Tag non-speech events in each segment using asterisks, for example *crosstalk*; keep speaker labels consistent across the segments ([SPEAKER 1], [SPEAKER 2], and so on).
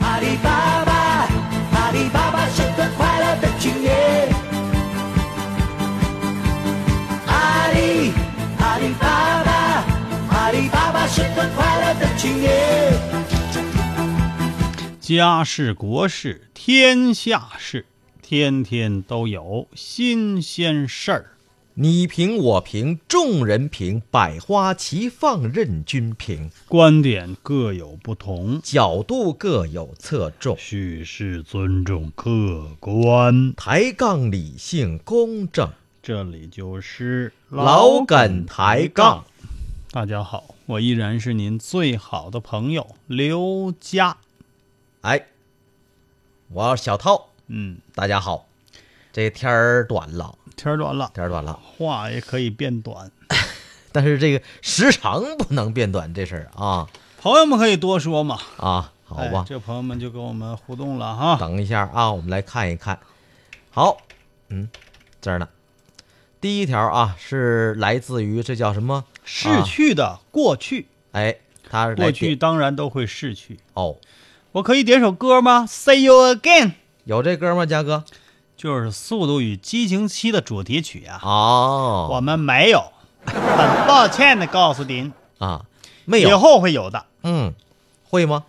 [SPEAKER 1] 阿里巴巴，阿里巴巴是个快乐的青年。阿里，阿里巴巴，阿里巴巴是个快乐的青年。
[SPEAKER 2] 家事国事天下事，天天都有新鲜事儿。
[SPEAKER 3] 你评我评众人评，百花齐放任君评，
[SPEAKER 2] 观点各有不同，
[SPEAKER 3] 角度各有侧重，
[SPEAKER 2] 叙事尊重客观。
[SPEAKER 3] 抬杠理性公正。
[SPEAKER 2] 这里就是
[SPEAKER 3] 老梗抬杠。
[SPEAKER 2] 大家好，我依然是您最好的朋友刘佳。
[SPEAKER 3] 哎，我小涛，
[SPEAKER 2] 嗯，
[SPEAKER 3] 大家好。这天儿短了，
[SPEAKER 2] 天儿短了，
[SPEAKER 3] 天儿短了，
[SPEAKER 2] 话也可以变短，
[SPEAKER 3] 但是这个时长不能变短这事儿啊
[SPEAKER 2] 朋友们可以多说嘛。
[SPEAKER 3] 啊，好
[SPEAKER 2] 哎
[SPEAKER 3] 吧。
[SPEAKER 2] 这朋友们就跟我们互动了哈。
[SPEAKER 3] 等一下啊，我们来看一看。好，嗯，这儿呢，第一条啊是来自于这叫什么？
[SPEAKER 2] 逝去的过去，
[SPEAKER 3] 哎，他是来
[SPEAKER 2] 过去
[SPEAKER 3] 点
[SPEAKER 2] 当然都会逝去。
[SPEAKER 3] 哦，
[SPEAKER 2] 我可以点首歌吗？See you again，
[SPEAKER 3] 有这歌吗，嘉哥？
[SPEAKER 2] 就是《速度与激情七》的主题曲啊。我
[SPEAKER 3] 哦，
[SPEAKER 2] 们没有，很抱歉的告诉您，
[SPEAKER 3] 啊，没
[SPEAKER 2] 以
[SPEAKER 3] 有，
[SPEAKER 2] 后会有的。
[SPEAKER 3] 嗯，会吗？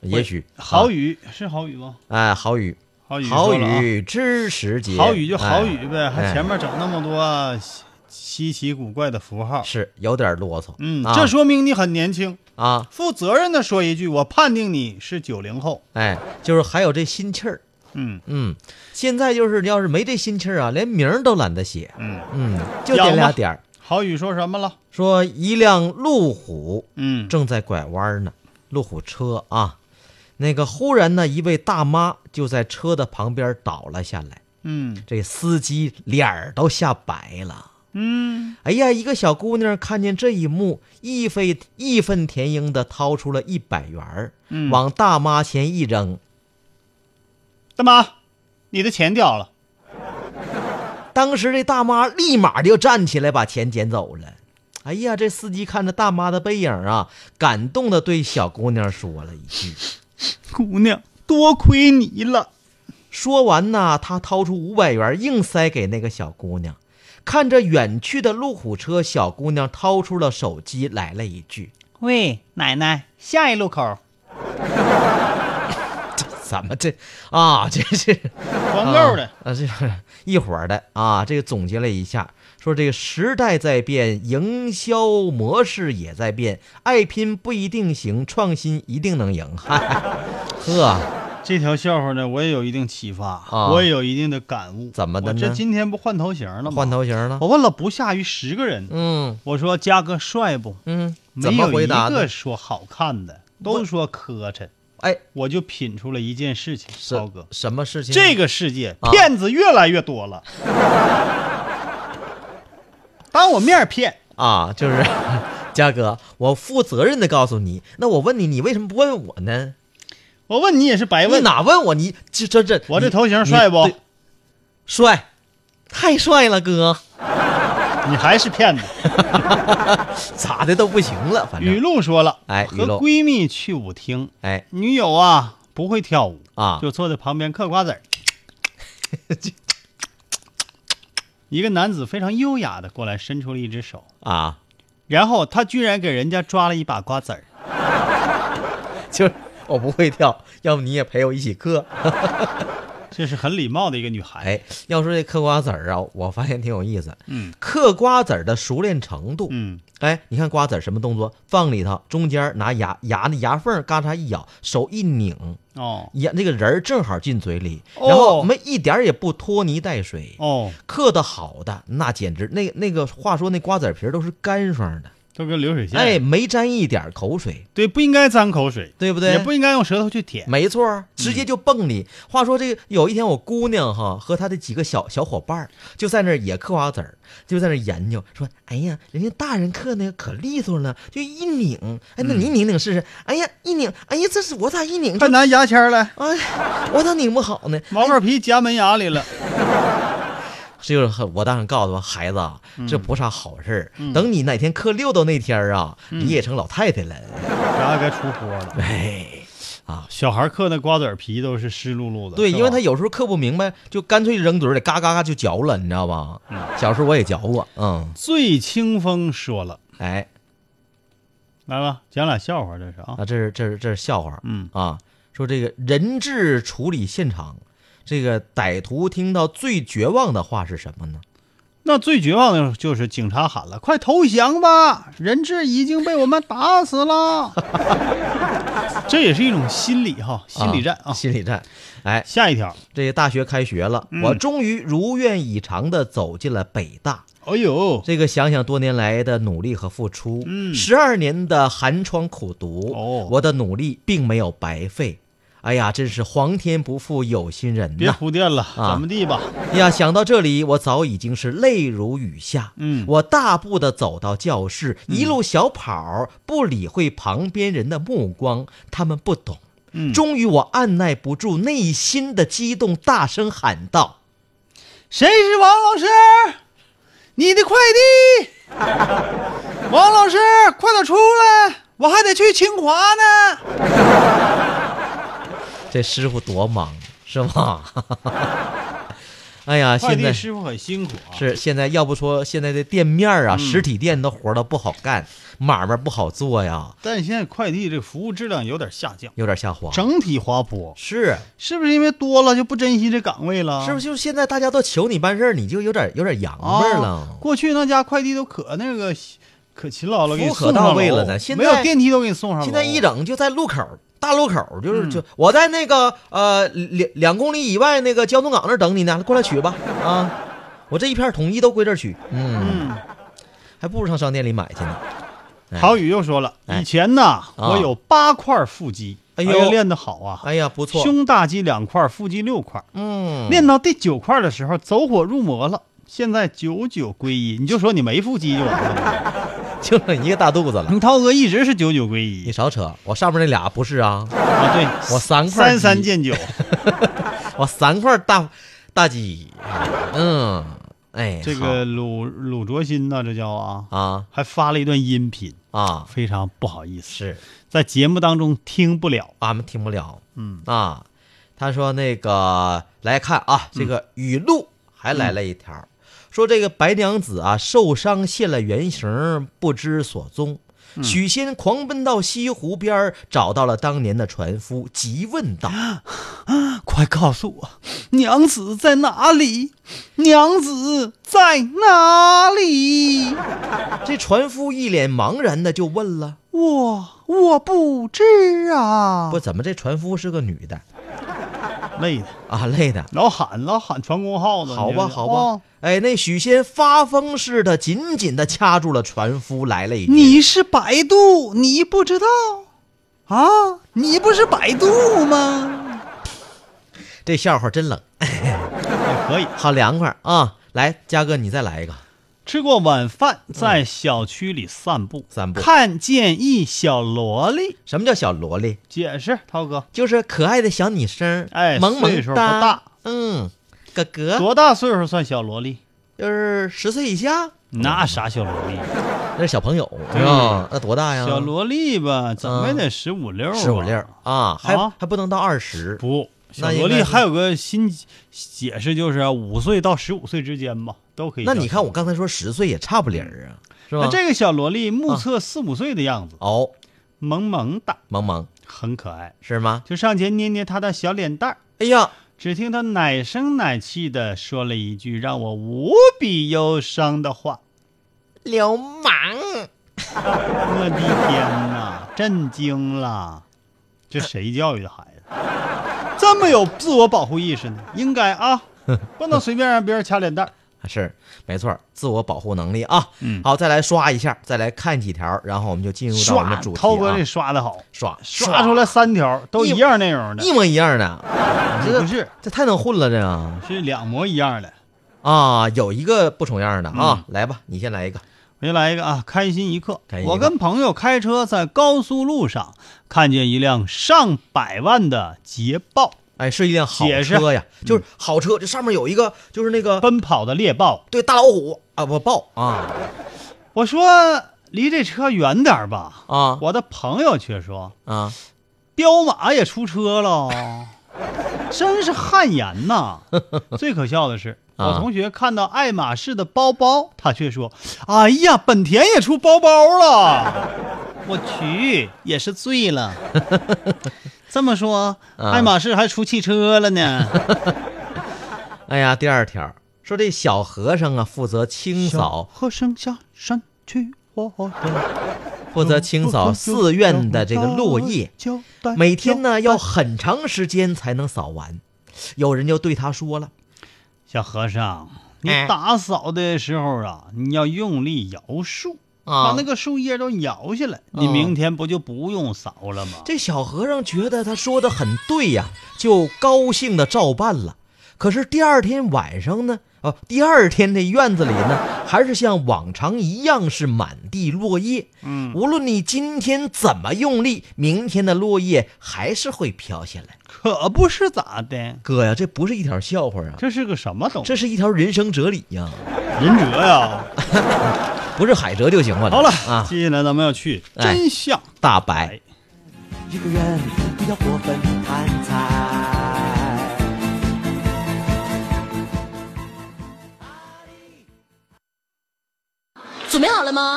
[SPEAKER 3] 也
[SPEAKER 2] 会
[SPEAKER 3] 许
[SPEAKER 2] 郝
[SPEAKER 3] 雨，
[SPEAKER 2] 宇是郝宇吗？
[SPEAKER 3] 哎，郝宇，
[SPEAKER 2] 郝宇
[SPEAKER 3] 郝
[SPEAKER 2] 说了啊，
[SPEAKER 3] 宇知识节，
[SPEAKER 2] 郝宇就
[SPEAKER 3] 哎
[SPEAKER 2] 郝宇呗，还
[SPEAKER 3] 哎
[SPEAKER 2] 前面整那么多稀稀奇古怪的符号。
[SPEAKER 3] 是有点啰嗦，
[SPEAKER 2] 嗯，
[SPEAKER 3] 啊
[SPEAKER 2] 这说明你很年轻。
[SPEAKER 3] 啊，
[SPEAKER 2] 负责任的说一句，我判定你是九零后。
[SPEAKER 3] 哎，就是还有这心气儿，
[SPEAKER 2] 嗯
[SPEAKER 3] 嗯，现在就是你要是没这心气儿啊，连名儿都懒得写，
[SPEAKER 2] 嗯，
[SPEAKER 3] 嗯，就这俩点儿。
[SPEAKER 2] 郝宇说什么了？
[SPEAKER 3] 说一辆路虎
[SPEAKER 2] 嗯，
[SPEAKER 3] 正在拐弯呢，路虎车啊，那个忽然呢，一位大妈就在车的旁边倒了下来，
[SPEAKER 2] 嗯
[SPEAKER 3] 这司机脸儿都吓白了。
[SPEAKER 2] 嗯，
[SPEAKER 3] 哎呀，一个小姑娘看见这一幕，义愤义愤填膺的掏出了一百元儿，
[SPEAKER 2] 嗯
[SPEAKER 3] 往大妈前一扔，
[SPEAKER 2] 大妈，你的钱掉了。
[SPEAKER 3] 当时这大妈立马就站起来把钱捡走了。哎呀，这司机看着大妈的背影啊，感动的对小姑娘说了一句。
[SPEAKER 2] 姑娘，多亏你了。
[SPEAKER 3] 说完呢，他掏出五百元硬塞给那个小姑娘。看着远去的路虎车，小姑娘掏出了手机，来了一句
[SPEAKER 2] 喂，奶奶，下一路口，：“
[SPEAKER 3] 怎么这啊？这是
[SPEAKER 2] 团购的。
[SPEAKER 3] 啊，这是一伙儿的啊。这个总结了一下，说这个时代在变，营销模式也在变，爱拼不一定行，创新一定能赢。嗨、呵，
[SPEAKER 2] 这条笑话呢，我也有一定启发，
[SPEAKER 3] 啊
[SPEAKER 2] 我也有一定的感悟。
[SPEAKER 3] 怎么的
[SPEAKER 2] 我
[SPEAKER 3] 呢
[SPEAKER 2] 这今天不换头型了吗？
[SPEAKER 3] 换。头型了。
[SPEAKER 2] 我问了不下于十个人，
[SPEAKER 3] 嗯
[SPEAKER 2] 我说嘉哥帅不？
[SPEAKER 3] 嗯，怎
[SPEAKER 2] 没
[SPEAKER 3] 么
[SPEAKER 2] 有
[SPEAKER 3] 回
[SPEAKER 2] 一
[SPEAKER 3] 答
[SPEAKER 2] 个
[SPEAKER 3] 呢？
[SPEAKER 2] 说好看的，都说磕碜。
[SPEAKER 3] 哎，
[SPEAKER 2] 我就品出了一件事情，超哥，
[SPEAKER 3] 什么事情？
[SPEAKER 2] 这个世界
[SPEAKER 3] 啊
[SPEAKER 2] 骗子越来越多
[SPEAKER 3] *laughs*
[SPEAKER 2] 了，当我面骗。
[SPEAKER 3] 啊，就是嘉哥，我负责任的告诉你，那我问你，你为什么不问我呢？
[SPEAKER 2] 我问你也是白
[SPEAKER 3] 你
[SPEAKER 2] 问，
[SPEAKER 3] 哪问我？你这这这，
[SPEAKER 2] 我这
[SPEAKER 3] 你
[SPEAKER 2] 头型帅不？
[SPEAKER 3] 你对帅，太帅了，哥，
[SPEAKER 2] *laughs* 你还是骗子。
[SPEAKER 3] 咋的都不行了，反
[SPEAKER 2] 雨
[SPEAKER 3] 正
[SPEAKER 2] 露说了，
[SPEAKER 3] 哎雨
[SPEAKER 2] 和
[SPEAKER 3] 露
[SPEAKER 2] 闺蜜去舞厅，
[SPEAKER 3] 哎
[SPEAKER 2] 女友啊不会跳舞
[SPEAKER 3] 啊
[SPEAKER 2] 就坐在旁边嗑瓜子
[SPEAKER 3] *laughs*
[SPEAKER 2] 儿。一个男子非常优雅的过来，伸出了一只手，
[SPEAKER 3] 啊，
[SPEAKER 2] 然后他居然给人家抓了一把瓜子儿。
[SPEAKER 3] 就是我不会跳，要不你也陪我一起嗑。
[SPEAKER 2] 这是很礼貌的一个女孩。
[SPEAKER 3] 哎，要说这嗑瓜子儿啊，我发现挺有意思。
[SPEAKER 2] 嗯
[SPEAKER 3] 嗑瓜子儿的熟练程度，
[SPEAKER 2] 嗯，
[SPEAKER 3] 哎，你看瓜子儿什么动作？放里头，中间拿牙牙那牙缝儿嘎嚓一咬，手一拧，
[SPEAKER 2] 哦
[SPEAKER 3] 牙那个仁儿正好进嘴里，
[SPEAKER 2] 哦
[SPEAKER 3] 然后我们一点儿也不拖泥带水。
[SPEAKER 2] 哦，
[SPEAKER 3] 嗑的好的那简直，那那个话说那瓜子皮儿都是干爽的，
[SPEAKER 2] 都跟流水线。
[SPEAKER 3] 哎，，没沾一点儿口水，
[SPEAKER 2] 对，不应该沾口水，
[SPEAKER 3] 对不对？
[SPEAKER 2] 也不应嗯该用舌头去舔。
[SPEAKER 3] 没错儿，直接就蹦你。话说这个有一天，我姑娘哈和她的几个小小伙伴儿就在那儿也嗑瓜子儿，就在那儿研究说：“哎呀，人家大人嗑那个可利索了，就一拧，哎，那你
[SPEAKER 2] 嗯
[SPEAKER 3] 拧拧试试。哎呀，一拧，哎呀，这是我咋一拧
[SPEAKER 2] 快
[SPEAKER 3] 这，
[SPEAKER 2] 拿牙签儿来，
[SPEAKER 3] 哎，我咋拧不好呢？
[SPEAKER 2] 毛块皮夹门牙里了。 *laughs*
[SPEAKER 3] 这就是很我当时告诉我孩子啊，
[SPEAKER 2] 嗯
[SPEAKER 3] 这不啥好事儿。等你哪天
[SPEAKER 2] 嗯
[SPEAKER 3] 嗑溜到那天儿啊，你也成老太太了。
[SPEAKER 2] 然后该出锅了。
[SPEAKER 3] 哎，啊。
[SPEAKER 2] 小孩嗑那瓜子儿皮都是湿漉漉的。
[SPEAKER 3] 对，
[SPEAKER 2] 是吧
[SPEAKER 3] 因为他有时候嗑不明白，就干脆扔嘴里，嘎嘎嘎就嚼了，你知道吧？
[SPEAKER 2] 嗯
[SPEAKER 3] 小时候我也嚼过，嗯，
[SPEAKER 2] 醉清风说了，
[SPEAKER 3] 哎，
[SPEAKER 2] 来吧，讲俩笑话，这是啊
[SPEAKER 3] 啊，，这是这是这是笑话
[SPEAKER 2] 嗯，
[SPEAKER 3] 啊，说这个人质处理现场，这个歹徒听到最绝望的话是什么呢？
[SPEAKER 2] 那最绝望的就是警察喊了：“快投降吧，人质已经被我们打死 *laughs* 了。”这也是一种心理哈，心理战啊。
[SPEAKER 3] 心理战，哎，
[SPEAKER 2] 下一条，
[SPEAKER 3] 这大学开学了，
[SPEAKER 2] 嗯
[SPEAKER 3] 我终于如愿以偿的走进了北大。
[SPEAKER 2] 哎呦，
[SPEAKER 3] 这个想想多年来的努力和付出，
[SPEAKER 2] 嗯
[SPEAKER 3] 十二年的寒窗苦读，
[SPEAKER 2] 哦
[SPEAKER 3] 我的努力并没有白费。哎呀，真是皇天不负有心人
[SPEAKER 2] 别
[SPEAKER 3] 呐！
[SPEAKER 2] 铺垫了，
[SPEAKER 3] 啊
[SPEAKER 2] 怎么地吧？
[SPEAKER 3] 哎呀，想到这里，我早已经是泪如雨下。
[SPEAKER 2] 嗯
[SPEAKER 3] 我大步的走到教室，一路小跑，不理会旁边人的目光，他们不懂。
[SPEAKER 2] 嗯
[SPEAKER 3] 终于，我按耐不住内心的激动，大声喊道
[SPEAKER 2] 谁是王老师？你的快 *laughs* 递，王老师，快点出来，我还得去清华呢。：“
[SPEAKER 3] 这师傅多忙，是吧？” *laughs* 哎呀，
[SPEAKER 2] 快
[SPEAKER 3] 现
[SPEAKER 2] 递
[SPEAKER 3] 在
[SPEAKER 2] 师傅很辛苦啊。
[SPEAKER 3] 是现在，要不说现在的店面啊，实体店都活儿都不好干，买卖不好做呀，
[SPEAKER 2] 但现在快递这个服务质量有点下降，
[SPEAKER 3] 有点下滑。
[SPEAKER 2] 整体滑坡，
[SPEAKER 3] 是
[SPEAKER 2] 是不是因为多了就不珍惜这岗位了？
[SPEAKER 3] 是不是就是现在大家都求你办事儿，你就有点有点洋味儿
[SPEAKER 2] 啊
[SPEAKER 3] 了？
[SPEAKER 2] 过去那家快递都可那个可勤劳了，
[SPEAKER 3] 服务
[SPEAKER 2] 给你
[SPEAKER 3] 可
[SPEAKER 2] 送上
[SPEAKER 3] 到
[SPEAKER 2] 楼
[SPEAKER 3] 位了呢现在
[SPEAKER 2] 没有电梯都给你送上楼。
[SPEAKER 3] 现在一整就在路口儿大路口儿，就是就我在那个呃两两公里以外那个交通岗那儿等你呢，过来取吧啊！我这一片儿统一都归这儿取，嗯，
[SPEAKER 2] 嗯，
[SPEAKER 3] 还不如上商店里买去呢。哎
[SPEAKER 2] 郝宇又说了，
[SPEAKER 3] 哎
[SPEAKER 2] 以前呐，我有八块腹肌，
[SPEAKER 3] 哎呦
[SPEAKER 2] 练得好啊，
[SPEAKER 3] 哎呀，不错，
[SPEAKER 2] 胸大肌两块，腹肌六块，
[SPEAKER 3] 嗯，
[SPEAKER 2] 练到第九块的时候走火入魔了，现在九九归一，你就说你没腹肌就完
[SPEAKER 3] *laughs*
[SPEAKER 2] 了。
[SPEAKER 3] 就剩一个大肚子了。
[SPEAKER 2] 你涛哥一直是九九归
[SPEAKER 3] 你
[SPEAKER 2] 一
[SPEAKER 3] 少扯，我上面那俩不是啊，
[SPEAKER 2] 啊，对，
[SPEAKER 3] 我三块哎
[SPEAKER 2] 三三
[SPEAKER 3] 肌
[SPEAKER 2] 见九，
[SPEAKER 3] 我三块大大鸡，嗯，哎，
[SPEAKER 2] 这个鲁鲁卓新呐，这叫啊，
[SPEAKER 3] 好啊
[SPEAKER 2] 还发了一段音频，
[SPEAKER 3] 啊
[SPEAKER 2] 非常不好意思，
[SPEAKER 3] 是，
[SPEAKER 2] 在节目当中听不了。
[SPEAKER 3] 俺们听不了，
[SPEAKER 2] 嗯
[SPEAKER 3] 啊，他说那个来看啊，这
[SPEAKER 2] 嗯
[SPEAKER 3] 个语录还来了一条，说这个白娘子啊受伤现了原形，不知所踪。
[SPEAKER 2] 嗯
[SPEAKER 3] 许仙狂奔到西湖边儿找到了当年的船夫，急问道
[SPEAKER 2] 快告诉我，娘子在哪里？娘子在哪里？：“啊
[SPEAKER 3] 这船夫一脸茫然的就问了，
[SPEAKER 2] 我我不知啊
[SPEAKER 3] 不，怎么这船夫是个女的
[SPEAKER 2] 累的，
[SPEAKER 3] 啊？累的，
[SPEAKER 2] 老喊老喊船工号子，
[SPEAKER 3] 好
[SPEAKER 2] 你觉
[SPEAKER 3] 吧，
[SPEAKER 2] 得
[SPEAKER 3] 好
[SPEAKER 2] 哦
[SPEAKER 3] 吧。哎，那许仙发疯似的紧紧的掐住了船夫，来了一句
[SPEAKER 2] 你是百度，你不知道啊？你不是百度吗？：“
[SPEAKER 3] 这笑话真冷，
[SPEAKER 2] 也可以。
[SPEAKER 3] 好凉快啊！”来，嘉哥，你再来一个。
[SPEAKER 2] 吃过晚饭，在小区里散步，
[SPEAKER 3] 嗯散步
[SPEAKER 2] 看见一小萝莉，
[SPEAKER 3] 什么叫小萝莉？
[SPEAKER 2] 解释，涛哥
[SPEAKER 3] 就是可爱的小女生，
[SPEAKER 2] 哎
[SPEAKER 3] 萌萌
[SPEAKER 2] 岁数不
[SPEAKER 3] 哒，
[SPEAKER 2] 大
[SPEAKER 3] 嗯，哥哥
[SPEAKER 2] 多大岁数算小萝莉？
[SPEAKER 3] 就是十岁以下，
[SPEAKER 2] 那啥小萝莉？
[SPEAKER 3] 那是小朋友
[SPEAKER 2] 对
[SPEAKER 3] 啊，那多大呀？
[SPEAKER 2] 嗯
[SPEAKER 3] 嗯
[SPEAKER 2] 小萝莉吧，怎么也得十五六，
[SPEAKER 3] 十五六啊，还
[SPEAKER 2] 啊
[SPEAKER 3] 还不能到二十，
[SPEAKER 2] 不。小
[SPEAKER 3] 那应
[SPEAKER 2] 萝
[SPEAKER 3] 该
[SPEAKER 2] 莉
[SPEAKER 3] 是
[SPEAKER 2] 还有个新解释，就是五岁到十五岁之间吧，都可以叫
[SPEAKER 3] 那
[SPEAKER 2] 小萝莉。
[SPEAKER 3] 你看我刚才说十岁也差不离儿啊，是吧啊
[SPEAKER 2] 那？这个小萝莉目测四五岁的样子，
[SPEAKER 3] 哦，
[SPEAKER 2] 萌萌哒，
[SPEAKER 3] 萌萌
[SPEAKER 2] 很可爱，
[SPEAKER 3] 是吗？
[SPEAKER 2] 就上前捏捏她的小脸蛋儿。
[SPEAKER 3] 哎呀，
[SPEAKER 2] 只听她奶声奶气的说了一句让我无比忧伤的话。
[SPEAKER 3] 流氓，
[SPEAKER 2] 我的天哪，震惊了！这谁教育的孩子，这么有自我保护意识呢？应该啊，不能随便让别人掐脸蛋
[SPEAKER 3] *laughs*
[SPEAKER 2] 儿。
[SPEAKER 3] 啊是没错，自我保护能力啊。
[SPEAKER 2] 嗯
[SPEAKER 3] 好，再来刷一下，再来看几条，然后我们就进入到我们
[SPEAKER 2] 刷，
[SPEAKER 3] 的主题啊。
[SPEAKER 2] 涛哥这刷的好，
[SPEAKER 3] 刷
[SPEAKER 2] 刷出来三条都一样内容的
[SPEAKER 3] 一，模一样的，这
[SPEAKER 2] 不
[SPEAKER 3] 个
[SPEAKER 2] 是
[SPEAKER 3] 这太能混了，这个。
[SPEAKER 2] 是两模一样的。
[SPEAKER 3] 啊，有一个不重样的
[SPEAKER 2] 嗯
[SPEAKER 3] 啊，来吧，你先来一个。
[SPEAKER 2] 我就来一个啊，开心一刻
[SPEAKER 3] 开心。一刻
[SPEAKER 2] 我跟朋友开车在高速路上，看见一辆上百万的捷豹，
[SPEAKER 3] 哎，是一辆好
[SPEAKER 2] 解释嗯
[SPEAKER 3] 车呀，就是好车，这上面有一个就是那个
[SPEAKER 2] 奔跑的猎豹。
[SPEAKER 3] 对大老虎啊，不豹啊
[SPEAKER 2] 我说离这车远点儿吧。
[SPEAKER 3] 啊
[SPEAKER 2] 我的朋友却说
[SPEAKER 3] 啊，
[SPEAKER 2] 彪马也出车了，真是汗颜
[SPEAKER 3] *laughs*
[SPEAKER 2] 呐！最可笑的是，我
[SPEAKER 3] 啊
[SPEAKER 2] 同学看到爱马仕的包包，他却说：“哎呀，本田也出包包
[SPEAKER 3] *laughs*
[SPEAKER 2] 了。”我去，也是醉了。这么说，
[SPEAKER 3] 啊
[SPEAKER 2] 爱马仕还出汽车了呢？
[SPEAKER 3] *laughs* 哎呀，第二条说这小和尚啊，负责清
[SPEAKER 2] 小
[SPEAKER 3] 扫，
[SPEAKER 2] 和尚下山去挖人，
[SPEAKER 3] 负责清扫寺院的这个落叶，
[SPEAKER 2] 交代，
[SPEAKER 3] 每天呢
[SPEAKER 2] 交代
[SPEAKER 3] 要很长时间才能扫完。有人就对他说了
[SPEAKER 2] 小和尚，你
[SPEAKER 3] 哎
[SPEAKER 2] 打扫的时候啊，你要用力摇树，把
[SPEAKER 3] 啊
[SPEAKER 2] 那，个树叶都摇下来，你
[SPEAKER 3] 哦
[SPEAKER 2] 明天不就不用扫了吗？
[SPEAKER 3] 这小和尚觉得他说的很对呀、就高兴的照办了。可是第二天晚上呢，哦，第二天这院子里呢，还是像往常一样是满地落叶。
[SPEAKER 2] 嗯，
[SPEAKER 3] 无论你今天怎么用力，明天的落叶还是会飘下来。
[SPEAKER 2] 可不是咋的，
[SPEAKER 3] 哥呀，这不是一条笑话啊，
[SPEAKER 2] 这是个什么东西？
[SPEAKER 3] 这是一条人生哲理呀、
[SPEAKER 2] 仁哲呀！
[SPEAKER 3] 不是海蜇就行了。
[SPEAKER 2] 好了
[SPEAKER 3] 啊，
[SPEAKER 2] 接下来咱们要去
[SPEAKER 3] 哎
[SPEAKER 2] 真相
[SPEAKER 3] 大白，
[SPEAKER 1] 一个人不要过分贪财。
[SPEAKER 4] 准备好了吗？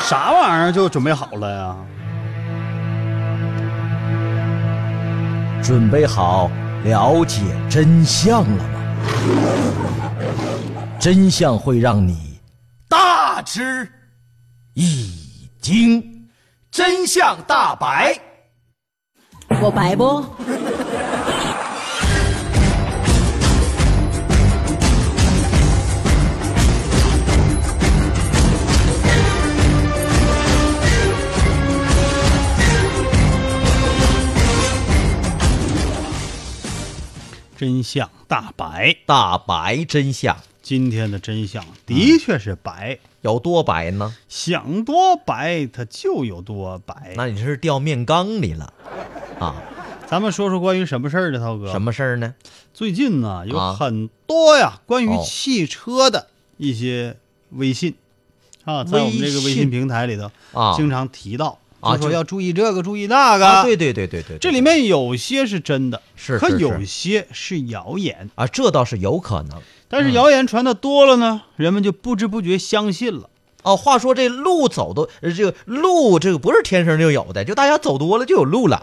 [SPEAKER 2] 啥玩意儿就准备好了呀？
[SPEAKER 3] 准备好了解真相了吗？真相会让你大吃一惊，真相大白。
[SPEAKER 4] 我白不？
[SPEAKER 2] 真相大白，
[SPEAKER 3] 大白真相
[SPEAKER 2] 今天的真相的确是白，
[SPEAKER 3] 有多白呢？
[SPEAKER 2] 想多白它就有多白。
[SPEAKER 3] 那你这是掉面缸里了啊？
[SPEAKER 2] 咱们说说关于什么事儿呢，涛哥？
[SPEAKER 3] 什么事儿呢？
[SPEAKER 2] 最近呢，有
[SPEAKER 3] 啊
[SPEAKER 2] 很多呀、关于
[SPEAKER 3] 哦
[SPEAKER 2] 汽车的一些微信啊，在我们这个微
[SPEAKER 3] 微
[SPEAKER 2] 信
[SPEAKER 3] 信
[SPEAKER 2] 平台里头
[SPEAKER 3] 啊
[SPEAKER 2] 经常提到，
[SPEAKER 3] 啊
[SPEAKER 2] 就说
[SPEAKER 3] 就
[SPEAKER 2] 要注意这个，注意那个。
[SPEAKER 3] 啊，对，对对对对，对
[SPEAKER 2] 这里面有些是真的，
[SPEAKER 3] 是
[SPEAKER 2] 可
[SPEAKER 3] 是是
[SPEAKER 2] 有些是谣言。
[SPEAKER 3] 啊，这倒是有可能。
[SPEAKER 2] 但是谣言传的多了呢，人们就不知不觉相信了。
[SPEAKER 3] 哦，话说这路走的，呃这个路这个不是天生就有的，就大家走多了就有路了。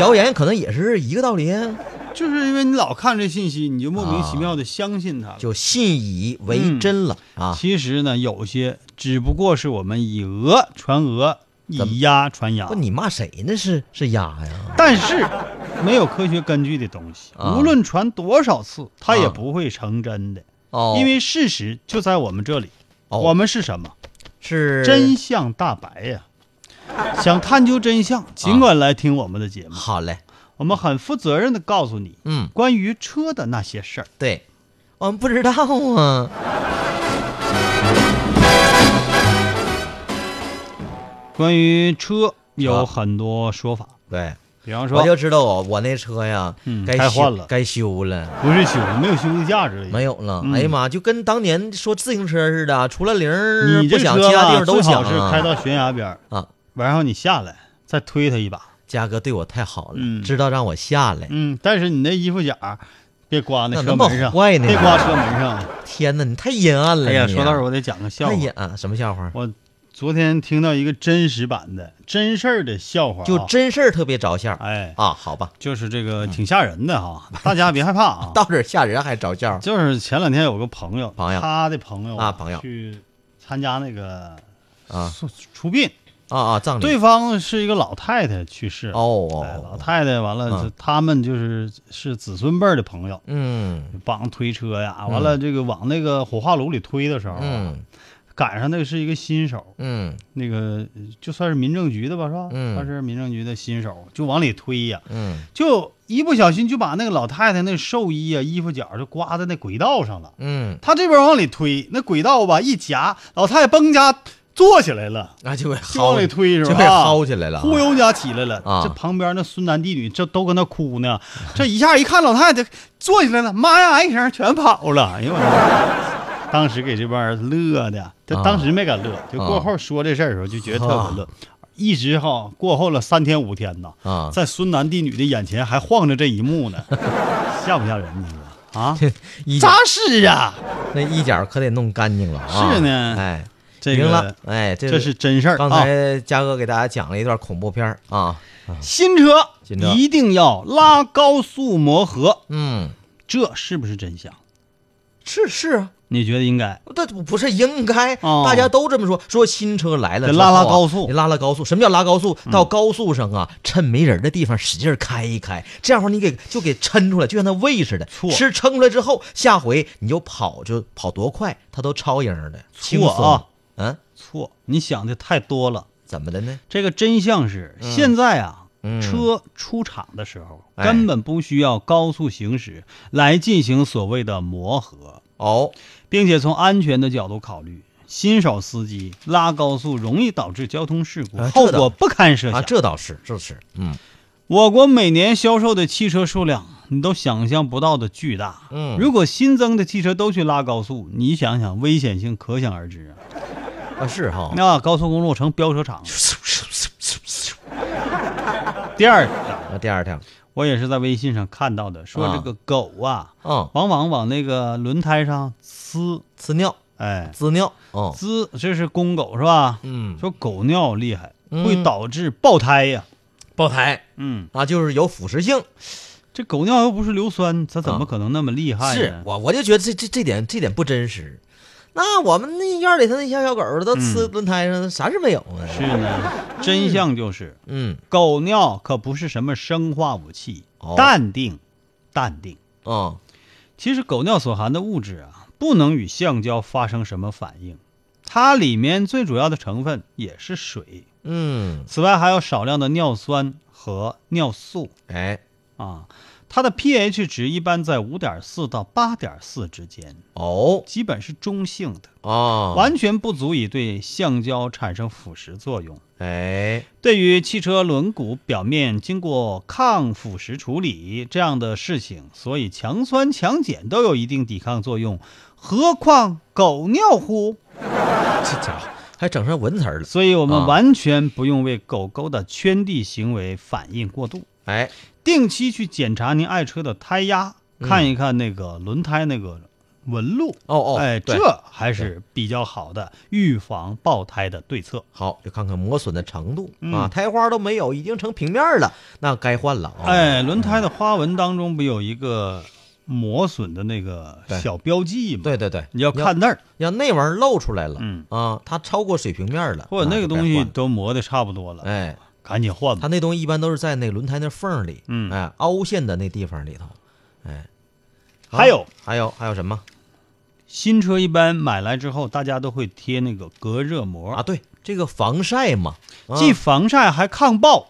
[SPEAKER 3] 谣言可能也是一个道理啊，
[SPEAKER 2] 就是因为你老看这信息，你就莫名其妙的相信它了。
[SPEAKER 3] 就信以为
[SPEAKER 2] 嗯
[SPEAKER 3] 真了、啊。
[SPEAKER 2] 其实呢，有些只不过是我们以讹传讹，以鸭传鸭。
[SPEAKER 3] 不，你骂谁呢？是是鸭呀？
[SPEAKER 2] 但是没有科学根据的东西，
[SPEAKER 3] 啊
[SPEAKER 2] 无论传多少次，它也
[SPEAKER 3] 啊
[SPEAKER 2] 不会成真的，
[SPEAKER 3] 哦，
[SPEAKER 2] 因为事实就在我们这里。
[SPEAKER 3] 哦
[SPEAKER 2] 我们是什么？
[SPEAKER 3] 是
[SPEAKER 2] 真相大白呀、想探究真相，尽管来听我们的节目，
[SPEAKER 3] 好嘞。
[SPEAKER 2] 我们很负责任的告诉你
[SPEAKER 3] 嗯，
[SPEAKER 2] 关于车的那些事儿。
[SPEAKER 3] 对，我们不知道啊。
[SPEAKER 2] 关于车有
[SPEAKER 3] 啊
[SPEAKER 2] 很多说法，
[SPEAKER 3] 对，
[SPEAKER 2] 比方说
[SPEAKER 3] 我就知道我我那车呀，
[SPEAKER 2] 嗯
[SPEAKER 3] 该
[SPEAKER 2] 该
[SPEAKER 3] 修
[SPEAKER 2] 换了
[SPEAKER 3] 该修了。
[SPEAKER 2] 不是修，没有修的价值了已经。
[SPEAKER 3] 没有了，
[SPEAKER 2] 嗯
[SPEAKER 3] 哎呀妈，就跟当年说自行车似的，除了零儿
[SPEAKER 2] 你
[SPEAKER 3] 不
[SPEAKER 2] 这
[SPEAKER 3] 响，
[SPEAKER 2] 车
[SPEAKER 3] 其他
[SPEAKER 2] 吧
[SPEAKER 3] 地方都
[SPEAKER 2] 最好
[SPEAKER 3] 响
[SPEAKER 2] 是开到悬崖边儿
[SPEAKER 3] 啊。
[SPEAKER 2] 然后你下来再推它一把。
[SPEAKER 3] 嘉哥对我太好了，
[SPEAKER 2] 嗯
[SPEAKER 3] 知道让我下来。
[SPEAKER 2] 嗯，但是你那衣服夹别刮那
[SPEAKER 3] 那
[SPEAKER 2] 车
[SPEAKER 3] 能不
[SPEAKER 2] 门上，
[SPEAKER 3] 坏呢
[SPEAKER 2] 别刮车门上。
[SPEAKER 3] 天哪，你太阴暗了！
[SPEAKER 2] 哎呀，
[SPEAKER 3] 你
[SPEAKER 2] 说到这儿我得讲个笑
[SPEAKER 3] 太
[SPEAKER 2] 话。
[SPEAKER 3] 阴暗，什么笑话？
[SPEAKER 2] 我昨天听到一个真实版的真事儿的笑话、啊，
[SPEAKER 3] 就真事儿特别着相
[SPEAKER 2] 哎，
[SPEAKER 3] 啊！嗯好吧，
[SPEAKER 2] 就是这个挺吓人的哈、大家别害怕
[SPEAKER 3] *laughs*
[SPEAKER 2] 啊。
[SPEAKER 3] 到这儿吓人还着相
[SPEAKER 2] 就是前两天有个朋友，
[SPEAKER 3] 朋友
[SPEAKER 2] 他的朋友
[SPEAKER 3] 啊朋友
[SPEAKER 2] 去参加那个
[SPEAKER 3] 啊
[SPEAKER 2] 出出殡，
[SPEAKER 3] 啊啊！葬礼
[SPEAKER 2] 对方是一个老太太去世了。
[SPEAKER 3] 哦
[SPEAKER 2] 哎老
[SPEAKER 3] 哦，
[SPEAKER 2] 太太完了，
[SPEAKER 3] 嗯
[SPEAKER 2] 就他们就是是子孙辈儿的朋友，
[SPEAKER 3] 嗯
[SPEAKER 2] 帮推车呀，完了这个往那个火化炉里推的时候啊，
[SPEAKER 3] 嗯
[SPEAKER 2] 赶上那个是一个新手，
[SPEAKER 3] 嗯
[SPEAKER 2] 那个呃就算是民政局的吧，是吧？
[SPEAKER 3] 嗯
[SPEAKER 2] 他是民政局的新手，就往里推呀，
[SPEAKER 3] 嗯
[SPEAKER 2] 就一不小心就把那个老太太那寿衣啊、衣服角就刮在那轨道上了。
[SPEAKER 3] 嗯，
[SPEAKER 2] 他这边往里推，那轨道吧一夹，老太太嘣家坐起来了，
[SPEAKER 3] 那啊就被
[SPEAKER 2] 就往
[SPEAKER 3] 薅
[SPEAKER 2] 里推是吧？
[SPEAKER 3] 就被薅起来了啊，
[SPEAKER 2] 忽悠家起来了，
[SPEAKER 3] 啊
[SPEAKER 2] 这旁边那孙男弟女这都搁那哭呢，这一下一看老太太坐起来了，妈呀一声全跑了，哎呦我的当时给这帮人乐的，这
[SPEAKER 3] 啊
[SPEAKER 2] 当时没敢乐，就过
[SPEAKER 3] 啊
[SPEAKER 2] 后说这事儿的时候就觉得特别乐，一直哈过后了三天五天呐，
[SPEAKER 3] 啊，
[SPEAKER 2] 在孙男弟女的眼前还晃着这一幕
[SPEAKER 3] *laughs*
[SPEAKER 2] 呢，吓不吓人？你说啊？
[SPEAKER 3] 一角
[SPEAKER 2] 扎实啊！
[SPEAKER 3] 那一角可得弄干净了啊！
[SPEAKER 2] 是呢
[SPEAKER 3] 哎，
[SPEAKER 2] 这
[SPEAKER 3] 赢了
[SPEAKER 2] 个，
[SPEAKER 3] 哎，这
[SPEAKER 2] 这是真事儿
[SPEAKER 3] 刚
[SPEAKER 2] 啊！
[SPEAKER 3] 才嘉哥给大家讲了一段恐怖片儿啊，
[SPEAKER 2] 新车
[SPEAKER 3] 新车
[SPEAKER 2] 一定要拉高速磨合，
[SPEAKER 3] 嗯，
[SPEAKER 2] 这是不是真相？
[SPEAKER 3] 是是啊，
[SPEAKER 2] 你觉得应该？
[SPEAKER 3] 这不是应该，
[SPEAKER 2] 哦
[SPEAKER 3] 大家都这么说，说新车来了
[SPEAKER 2] 得
[SPEAKER 3] 之后啊，
[SPEAKER 2] 拉拉高速嗯
[SPEAKER 3] 得拉拉高速。什么叫拉高速？到高速上啊，趁没人的地方使劲开一开，这样的话你给就给抻出来，就像它胃似的。
[SPEAKER 2] 错
[SPEAKER 3] 吃撑出来之后，下回你就跑就跑多快，它都超赢的，轻松
[SPEAKER 2] 啊！
[SPEAKER 3] 嗯，
[SPEAKER 2] 错，你想的太多了。
[SPEAKER 3] 怎么的呢？
[SPEAKER 2] 这个真相是，现在啊，
[SPEAKER 3] 嗯
[SPEAKER 2] 车出厂的时候、
[SPEAKER 3] 哎
[SPEAKER 2] 根本不需要高速行驶来进行所谓的磨合，
[SPEAKER 3] 哦，
[SPEAKER 2] 并且从安全的角度考虑，新手司机拉高速容易导致交通事故，
[SPEAKER 3] 啊这
[SPEAKER 2] 后
[SPEAKER 3] 倒
[SPEAKER 2] 果不堪设想、
[SPEAKER 3] 啊，这倒是，这是，嗯
[SPEAKER 2] 我国每年销售的汽车数量，你都想象不到的巨大。
[SPEAKER 3] 嗯
[SPEAKER 2] 如果新增的汽车都去拉高速，你想想危险性可想而知啊！
[SPEAKER 3] 啊是哈，
[SPEAKER 2] 那高速公路成飙车场了。第二条，
[SPEAKER 3] 那第二条，
[SPEAKER 2] 我也是在微信上看到的，说
[SPEAKER 3] 啊
[SPEAKER 2] 这个狗啊，
[SPEAKER 3] 嗯，
[SPEAKER 2] 往往往那个轮胎上呲，
[SPEAKER 3] 呲尿，
[SPEAKER 2] 哎，
[SPEAKER 3] 滋尿，哦，
[SPEAKER 2] 呲，这是公狗是吧？
[SPEAKER 3] 嗯，
[SPEAKER 2] 说狗尿厉害，
[SPEAKER 3] 嗯
[SPEAKER 2] 会导致爆胎呀、
[SPEAKER 3] 爆胎
[SPEAKER 2] 嗯，
[SPEAKER 3] 啊，就是有腐蚀性。
[SPEAKER 2] 这狗尿又不是硫酸，它怎
[SPEAKER 3] 啊
[SPEAKER 2] 么可能那么厉害
[SPEAKER 3] 是
[SPEAKER 2] 呢？
[SPEAKER 3] 我我就觉得这这这点这点不真实。那我们那院里头那小小狗儿都呲轮胎上，啥事没有啊？
[SPEAKER 2] 嗯是呢，真相就是
[SPEAKER 3] 嗯，
[SPEAKER 2] 狗尿可不是什么生化武器，
[SPEAKER 3] 哦
[SPEAKER 2] 淡定，淡定。
[SPEAKER 3] 哦，
[SPEAKER 2] 其实狗尿所含的物质啊，不能与橡胶发生什么反应，它里面最主要的成分也是水，
[SPEAKER 3] 嗯，
[SPEAKER 2] 此外还有少量的尿酸和尿素
[SPEAKER 3] 哎，
[SPEAKER 2] 啊。它的 pH 值一般在五点四到八点四之间，
[SPEAKER 3] 哦
[SPEAKER 2] 基本是中性的，
[SPEAKER 3] 哦，，
[SPEAKER 2] 完全不足以对橡胶产生腐蚀作用。
[SPEAKER 3] 哎，
[SPEAKER 2] 对于汽车轮毂表面经过抗腐蚀处理这样的事情，所以强酸、强碱都有一定抵抗作用，何况狗尿乎？
[SPEAKER 3] 这家伙还整上文词儿了，
[SPEAKER 2] 所以我
[SPEAKER 3] 啊
[SPEAKER 2] 们完全不用为狗狗的圈地行为反应过度，
[SPEAKER 3] 哎，
[SPEAKER 2] 定期去检查您爱车的胎压，
[SPEAKER 3] 嗯
[SPEAKER 2] 看一看那个轮胎那个纹路。
[SPEAKER 3] 哦哦，
[SPEAKER 2] 哎，
[SPEAKER 3] 对
[SPEAKER 2] 这还是比较好的预防爆胎的对策。
[SPEAKER 3] 好，就看看磨损的程度啊，
[SPEAKER 2] 嗯
[SPEAKER 3] 胎花都没有，已经成平面儿了，那该换了啊。，
[SPEAKER 2] 哎，轮胎的花纹当中不有一个磨损的那个
[SPEAKER 3] 对
[SPEAKER 2] 小标记吗？
[SPEAKER 3] 对对对，
[SPEAKER 2] 你要看那儿，
[SPEAKER 3] 要那玩意儿露出来了，
[SPEAKER 2] 嗯
[SPEAKER 3] 啊，它超过水平面儿了，
[SPEAKER 2] 或者那
[SPEAKER 3] 就
[SPEAKER 2] 个
[SPEAKER 3] 该
[SPEAKER 2] 东西
[SPEAKER 3] 换了
[SPEAKER 2] 都磨的差不多了，
[SPEAKER 3] 哎，
[SPEAKER 2] 赶紧换
[SPEAKER 3] 它
[SPEAKER 2] 吧。
[SPEAKER 3] 那东西一般都是在那轮胎那缝儿里，
[SPEAKER 2] 嗯
[SPEAKER 3] 哎，凹陷的那地方里头，哎，好
[SPEAKER 2] 还有
[SPEAKER 3] 还有还有什么
[SPEAKER 2] 新车一般买来之后，大家都会贴那个隔热膜，
[SPEAKER 3] 啊？对，这个防晒嘛，啊
[SPEAKER 2] 既防晒还抗爆，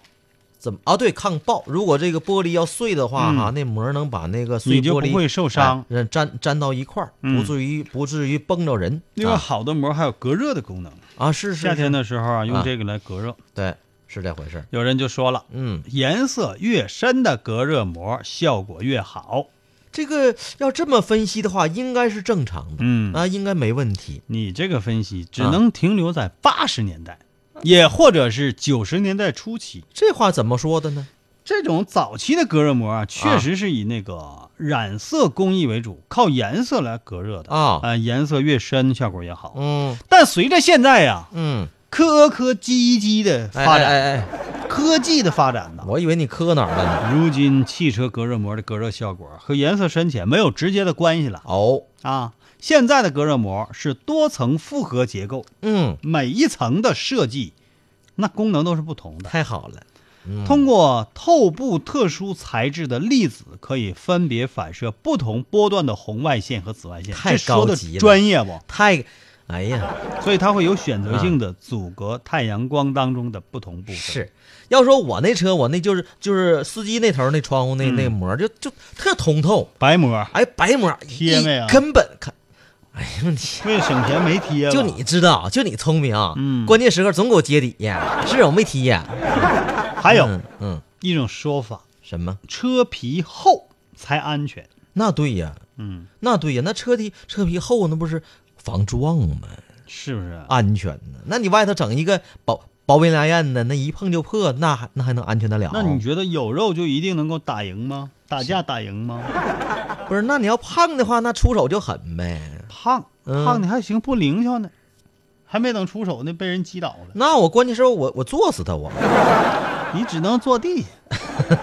[SPEAKER 3] 怎么啊？对，抗爆。如果这个玻璃要碎的话，
[SPEAKER 2] 嗯
[SPEAKER 3] 哈，那膜能把那个碎
[SPEAKER 2] 你就
[SPEAKER 3] 玻
[SPEAKER 2] 不
[SPEAKER 3] 璃
[SPEAKER 2] 会受伤
[SPEAKER 3] 哎让粘粘到一块儿，不
[SPEAKER 2] 嗯
[SPEAKER 3] 至于不至于崩着人。
[SPEAKER 2] 另外
[SPEAKER 3] 啊
[SPEAKER 2] 好的膜还有隔热的功能。
[SPEAKER 3] 啊，是是
[SPEAKER 2] 夏天
[SPEAKER 3] 的，
[SPEAKER 2] 的时候啊，
[SPEAKER 3] 啊
[SPEAKER 2] 用这个来隔热。
[SPEAKER 3] 对，是这回事儿。
[SPEAKER 2] 有人就说了，
[SPEAKER 3] 嗯，
[SPEAKER 2] 颜色越深的隔热膜效果越好。
[SPEAKER 3] 这个要这么分析的话，应该是正常的，
[SPEAKER 2] 嗯
[SPEAKER 3] 啊，应该没问题。
[SPEAKER 2] 你这个分析只
[SPEAKER 3] 啊
[SPEAKER 2] 能停留在八十年代，也或者是九十年代初期。
[SPEAKER 3] 这话怎么说的呢？
[SPEAKER 2] 这种早期的隔热膜啊，确实是以那个染色工艺为主，靠颜色来隔热的
[SPEAKER 3] 啊
[SPEAKER 2] 呃颜色越深效果越好。
[SPEAKER 3] 嗯
[SPEAKER 2] 但随着现在呀、
[SPEAKER 3] 嗯，
[SPEAKER 2] 科科技技的
[SPEAKER 3] 哎
[SPEAKER 2] 发展，
[SPEAKER 3] 哎哎哎
[SPEAKER 2] 科技的发展呢，
[SPEAKER 3] 我以为你磕哪儿了呢。
[SPEAKER 2] 如今汽车隔热膜的隔热效果啊和颜色深浅没有直接的关系了
[SPEAKER 3] 哦，
[SPEAKER 2] 啊。现在的隔热膜是多层复合结构，
[SPEAKER 3] 嗯，
[SPEAKER 2] 每一层的设计，那功能都是不同的。
[SPEAKER 3] 太好了，
[SPEAKER 2] 通过透布特殊材质的粒子，可以分别反射不同波段的红外线和紫外线。
[SPEAKER 3] 太
[SPEAKER 2] 这说
[SPEAKER 3] 高
[SPEAKER 2] 的
[SPEAKER 3] 级了嗯
[SPEAKER 2] 专业不？
[SPEAKER 3] 太，哎呀，
[SPEAKER 2] 所以它会有选择性的阻隔太阳光当中的不同部分。，
[SPEAKER 3] 是。要说我那车，我那就是就是司机那头那窗户
[SPEAKER 2] 嗯
[SPEAKER 3] 那、那膜就就特通透，
[SPEAKER 2] 白膜
[SPEAKER 3] 哎，白膜
[SPEAKER 2] 贴没啊
[SPEAKER 3] 一根本看，哎呀你，
[SPEAKER 2] 为省钱没啊贴吧
[SPEAKER 3] 就你知道，就你聪明啊，
[SPEAKER 2] 嗯
[SPEAKER 3] 关键时刻总给我揭底呀，是啊我没提呀，
[SPEAKER 2] 还有、
[SPEAKER 3] 嗯嗯，
[SPEAKER 2] 一种说法，
[SPEAKER 3] 什么？
[SPEAKER 2] 车皮厚才安全。
[SPEAKER 3] 那对呀，
[SPEAKER 2] 嗯，
[SPEAKER 3] 那对呀，那车皮车皮厚，那不是防撞吗？
[SPEAKER 2] 是不是？啊
[SPEAKER 3] 安全呢？那你外头整一个保薄冰凉艳的，那一碰就破，那还那还能安全得了？
[SPEAKER 2] 那你觉得有肉就一定能够打赢吗？打架打赢吗？
[SPEAKER 3] 不是？那你要胖的话，那出手就狠呗。
[SPEAKER 2] 胖
[SPEAKER 3] 嗯
[SPEAKER 2] 胖的还行，不灵巧呢，还没等出手呢，被人击倒了。
[SPEAKER 3] 那我关键时候我我坐死他我，
[SPEAKER 2] 你只能坐地。 *laughs*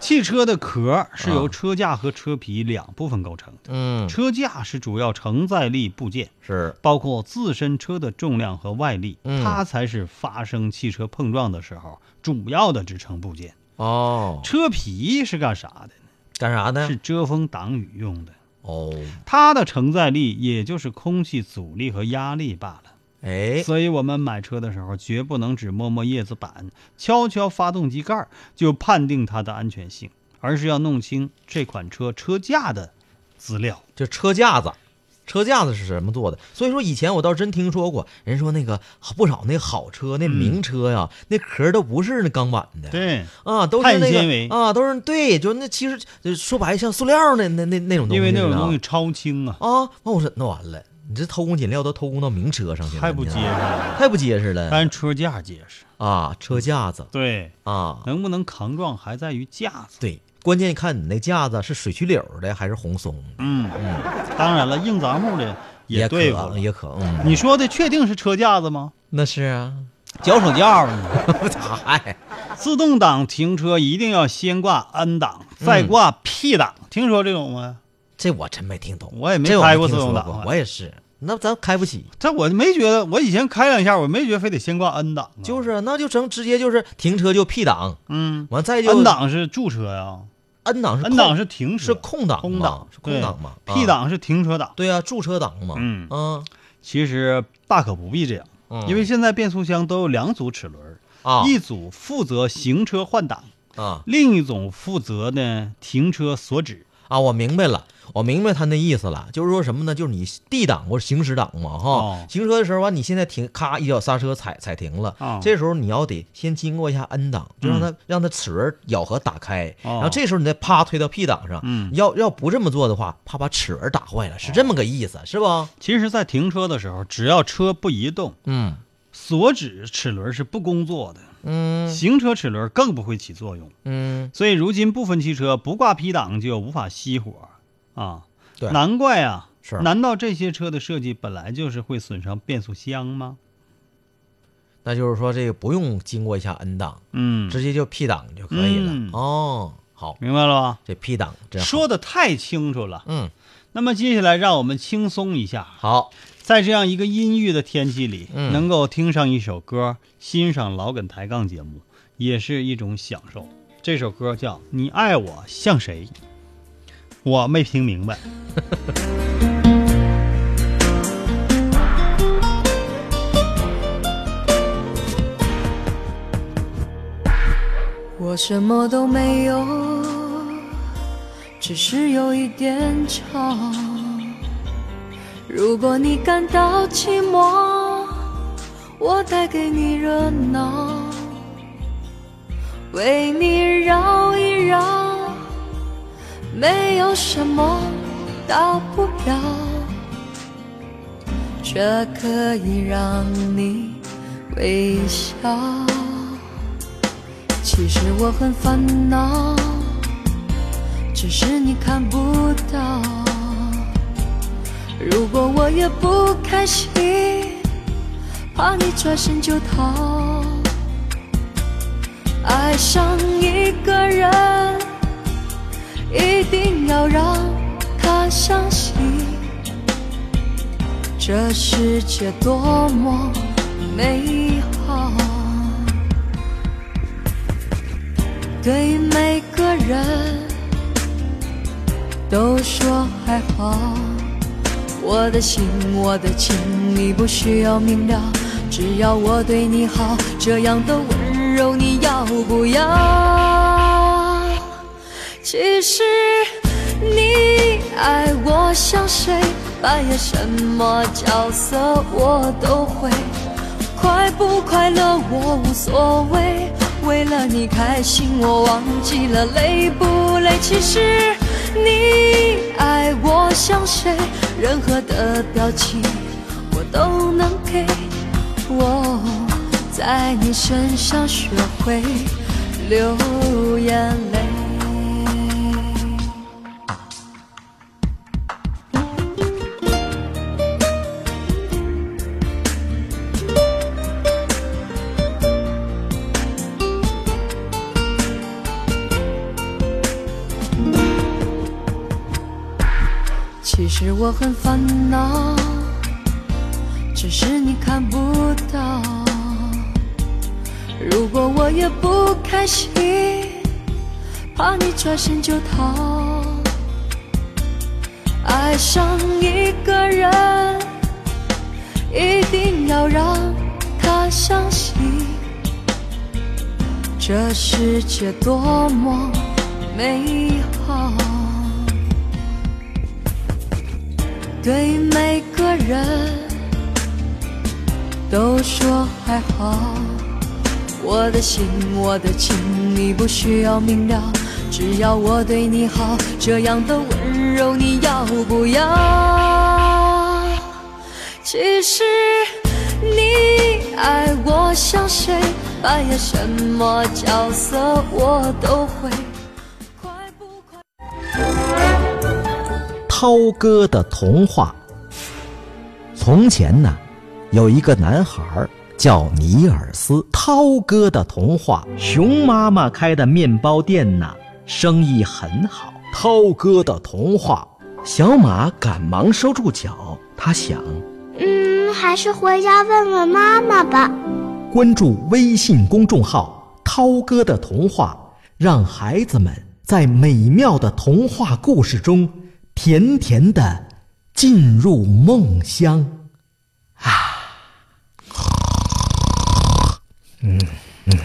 [SPEAKER 2] 汽车的壳是由车架和车皮两部分构成的，
[SPEAKER 3] 啊嗯，
[SPEAKER 2] 车架是主要承载力部件，
[SPEAKER 3] 是
[SPEAKER 2] 包括自身车的重量和外力，
[SPEAKER 3] 嗯
[SPEAKER 2] 它才是发生汽车碰撞的时候主要的支撑部件。
[SPEAKER 3] 哦，
[SPEAKER 2] 车皮是干啥的呢？
[SPEAKER 3] 干啥呢
[SPEAKER 2] 是？遮风挡雨用的，
[SPEAKER 3] 哦，
[SPEAKER 2] 它的承载力也就是空气阻力和压力罢了。
[SPEAKER 3] 哎，
[SPEAKER 2] 所以我们买车的时候，绝不能只摸摸叶子板、敲敲发动机盖儿就判定它的安全性，而是要弄清这款车车架的资料。
[SPEAKER 3] 就车架子，车架子是什么做的？所以说以前我倒真听说过，人说那个不少那好车，那名车呀，那壳儿都不是那钢板的，
[SPEAKER 2] 嗯对，
[SPEAKER 3] 啊，都是
[SPEAKER 2] 碳纤维
[SPEAKER 3] 那个啊，都是对，就那其实就说白了像塑料那那那那种东西，
[SPEAKER 2] 因
[SPEAKER 3] 啊
[SPEAKER 2] 为那种
[SPEAKER 3] 你知道
[SPEAKER 2] 东西超轻啊，
[SPEAKER 3] 啊，那我说那完了，你这偷工减料都偷工到名车上去了，
[SPEAKER 2] 太不
[SPEAKER 3] 你
[SPEAKER 2] 结
[SPEAKER 3] 知
[SPEAKER 2] 实
[SPEAKER 3] 道吗
[SPEAKER 2] 了。哎
[SPEAKER 3] 太不结实了
[SPEAKER 2] 但是车架结实，
[SPEAKER 3] 啊，车架子
[SPEAKER 2] 对，
[SPEAKER 3] 啊，
[SPEAKER 2] 能不能扛撞还在于架子。
[SPEAKER 3] 对，关键看你那架子是水曲柳的还是红松的，
[SPEAKER 2] 嗯，当然了，硬杂木的
[SPEAKER 3] 也
[SPEAKER 2] 对付
[SPEAKER 3] 可
[SPEAKER 2] 了。哎
[SPEAKER 3] 也可，嗯，
[SPEAKER 2] 你说的确定是车架子吗？
[SPEAKER 3] 那是 *laughs* 啊，
[SPEAKER 2] 脚手架呢？
[SPEAKER 3] 嗨，
[SPEAKER 2] 自动挡停车一定要先挂 N 档，再挂 P 档，听说这种吗？
[SPEAKER 3] 这我真没听懂，
[SPEAKER 2] 我也没
[SPEAKER 3] 这
[SPEAKER 2] 开
[SPEAKER 3] 没
[SPEAKER 2] 过
[SPEAKER 3] 听
[SPEAKER 2] 自动
[SPEAKER 3] 说
[SPEAKER 2] 挡啊
[SPEAKER 3] 我也是，那咱开不起，
[SPEAKER 2] 这我没觉得，我以前开两下，我没觉得非得先挂 N 档啊，
[SPEAKER 3] 就是啊那就成直接就是停车就 P 档，
[SPEAKER 2] 嗯
[SPEAKER 3] 完再就
[SPEAKER 2] ，N 档是驻车呀
[SPEAKER 3] N 档是
[SPEAKER 2] ，N 档
[SPEAKER 3] 空
[SPEAKER 2] 是停车，
[SPEAKER 3] 是空档
[SPEAKER 2] 空
[SPEAKER 3] 嘛
[SPEAKER 2] 档
[SPEAKER 3] 是空档嘛
[SPEAKER 2] 对，P
[SPEAKER 3] 啊
[SPEAKER 2] 档是停车档。
[SPEAKER 3] 对啊，驻车档嘛，
[SPEAKER 2] 嗯
[SPEAKER 3] 啊
[SPEAKER 2] 其实大可不必这样，
[SPEAKER 3] 嗯
[SPEAKER 2] 因为现在变速箱都有两组齿轮儿，
[SPEAKER 3] 啊
[SPEAKER 2] 一组负责行车换挡，
[SPEAKER 3] 啊
[SPEAKER 2] 另一种负责呢停车锁止。
[SPEAKER 3] 啊，我明白了，我明白他那意思了，就是说什么呢？就是你 D 档或者行驶档嘛，哈，
[SPEAKER 2] 哦
[SPEAKER 3] 行车的时候完，你现在停，咔一脚刹车踩踩停了，
[SPEAKER 2] 哦嗯
[SPEAKER 3] 这时候你要得先经过一下 N 档，就让它、让它齿轮咬合打开，
[SPEAKER 2] 哦
[SPEAKER 3] 然后这时候你再啪推到 P 档上，
[SPEAKER 2] 嗯
[SPEAKER 3] 要要不这么做的话，怕把齿轮打坏了，是这么个意思，是吧？
[SPEAKER 2] 其实，在停车的时候，只要车不移动，
[SPEAKER 3] 嗯
[SPEAKER 2] 锁止齿轮是不工作的，
[SPEAKER 3] 嗯
[SPEAKER 2] 行车齿轮更不会起作用。
[SPEAKER 3] 嗯，
[SPEAKER 2] 所以如今部分汽车不挂 P 档就无法熄火啊。
[SPEAKER 3] 对
[SPEAKER 2] 难怪啊。
[SPEAKER 3] 是
[SPEAKER 2] 难道这些车的设计本来就是会损伤变速箱吗？
[SPEAKER 3] 那就是说这个不用经过一下 N 档，
[SPEAKER 2] 嗯，
[SPEAKER 3] 直接就 P 档就可以了。
[SPEAKER 2] 嗯
[SPEAKER 3] 哦，好，
[SPEAKER 2] 明白了吧？
[SPEAKER 3] 这 P 档真好
[SPEAKER 2] 说的太清楚了。
[SPEAKER 3] 嗯
[SPEAKER 2] 那么接下来让我们轻松一下，
[SPEAKER 3] 好，
[SPEAKER 2] 在这样一个阴郁的天气里，
[SPEAKER 3] 嗯
[SPEAKER 2] 能够听上一首歌，欣赏老梗抬杠节目，也是一种享受。这首歌叫《你爱我像谁》，我没听明白。
[SPEAKER 5] 我什么都没有，只是有一点吵。如果你感到寂寞，我带给你热闹，为你绕一绕，没有什么大不了，这可以让你微笑。其实我很烦恼，只是你看不到。如果我也不开心，怕你转身就逃。爱上一个人，一定要让他相信，这世界多么美好。对每个人都说还好。我的心，我的情，你不需要明了，只要我对你好，这样的温柔你要不要？其实你爱我像谁，扮演什么角色我都会，快不快乐我无所谓，为了你开心我忘记了累不累。其实你爱我像谁，任何的表情我都能给。我在你身上学会流眼泪。其实我很烦恼，只是你看不到。如果我也不开心，怕你转身就逃。爱上一个人，一定要让他相信，这世界多么美好。对每个人都说还好。我的心，我的情，你不需要明了，只要我对你好，这样的温柔你要不要？其实你爱我像谁，扮演什么角色我都会。快不快？
[SPEAKER 3] 涛哥的童话。从前呢，有一个男孩儿叫尼尔斯。涛哥的童话，熊妈妈开的面包店呢，生意很好。涛哥的童话，小马赶忙收住脚，他想
[SPEAKER 6] 嗯，还是回家问问妈妈吧。
[SPEAKER 3] 关注微信公众号“涛哥的童话”，让孩子们在美妙的童话故事中，甜甜的进入梦乡。啊，嗯嗯，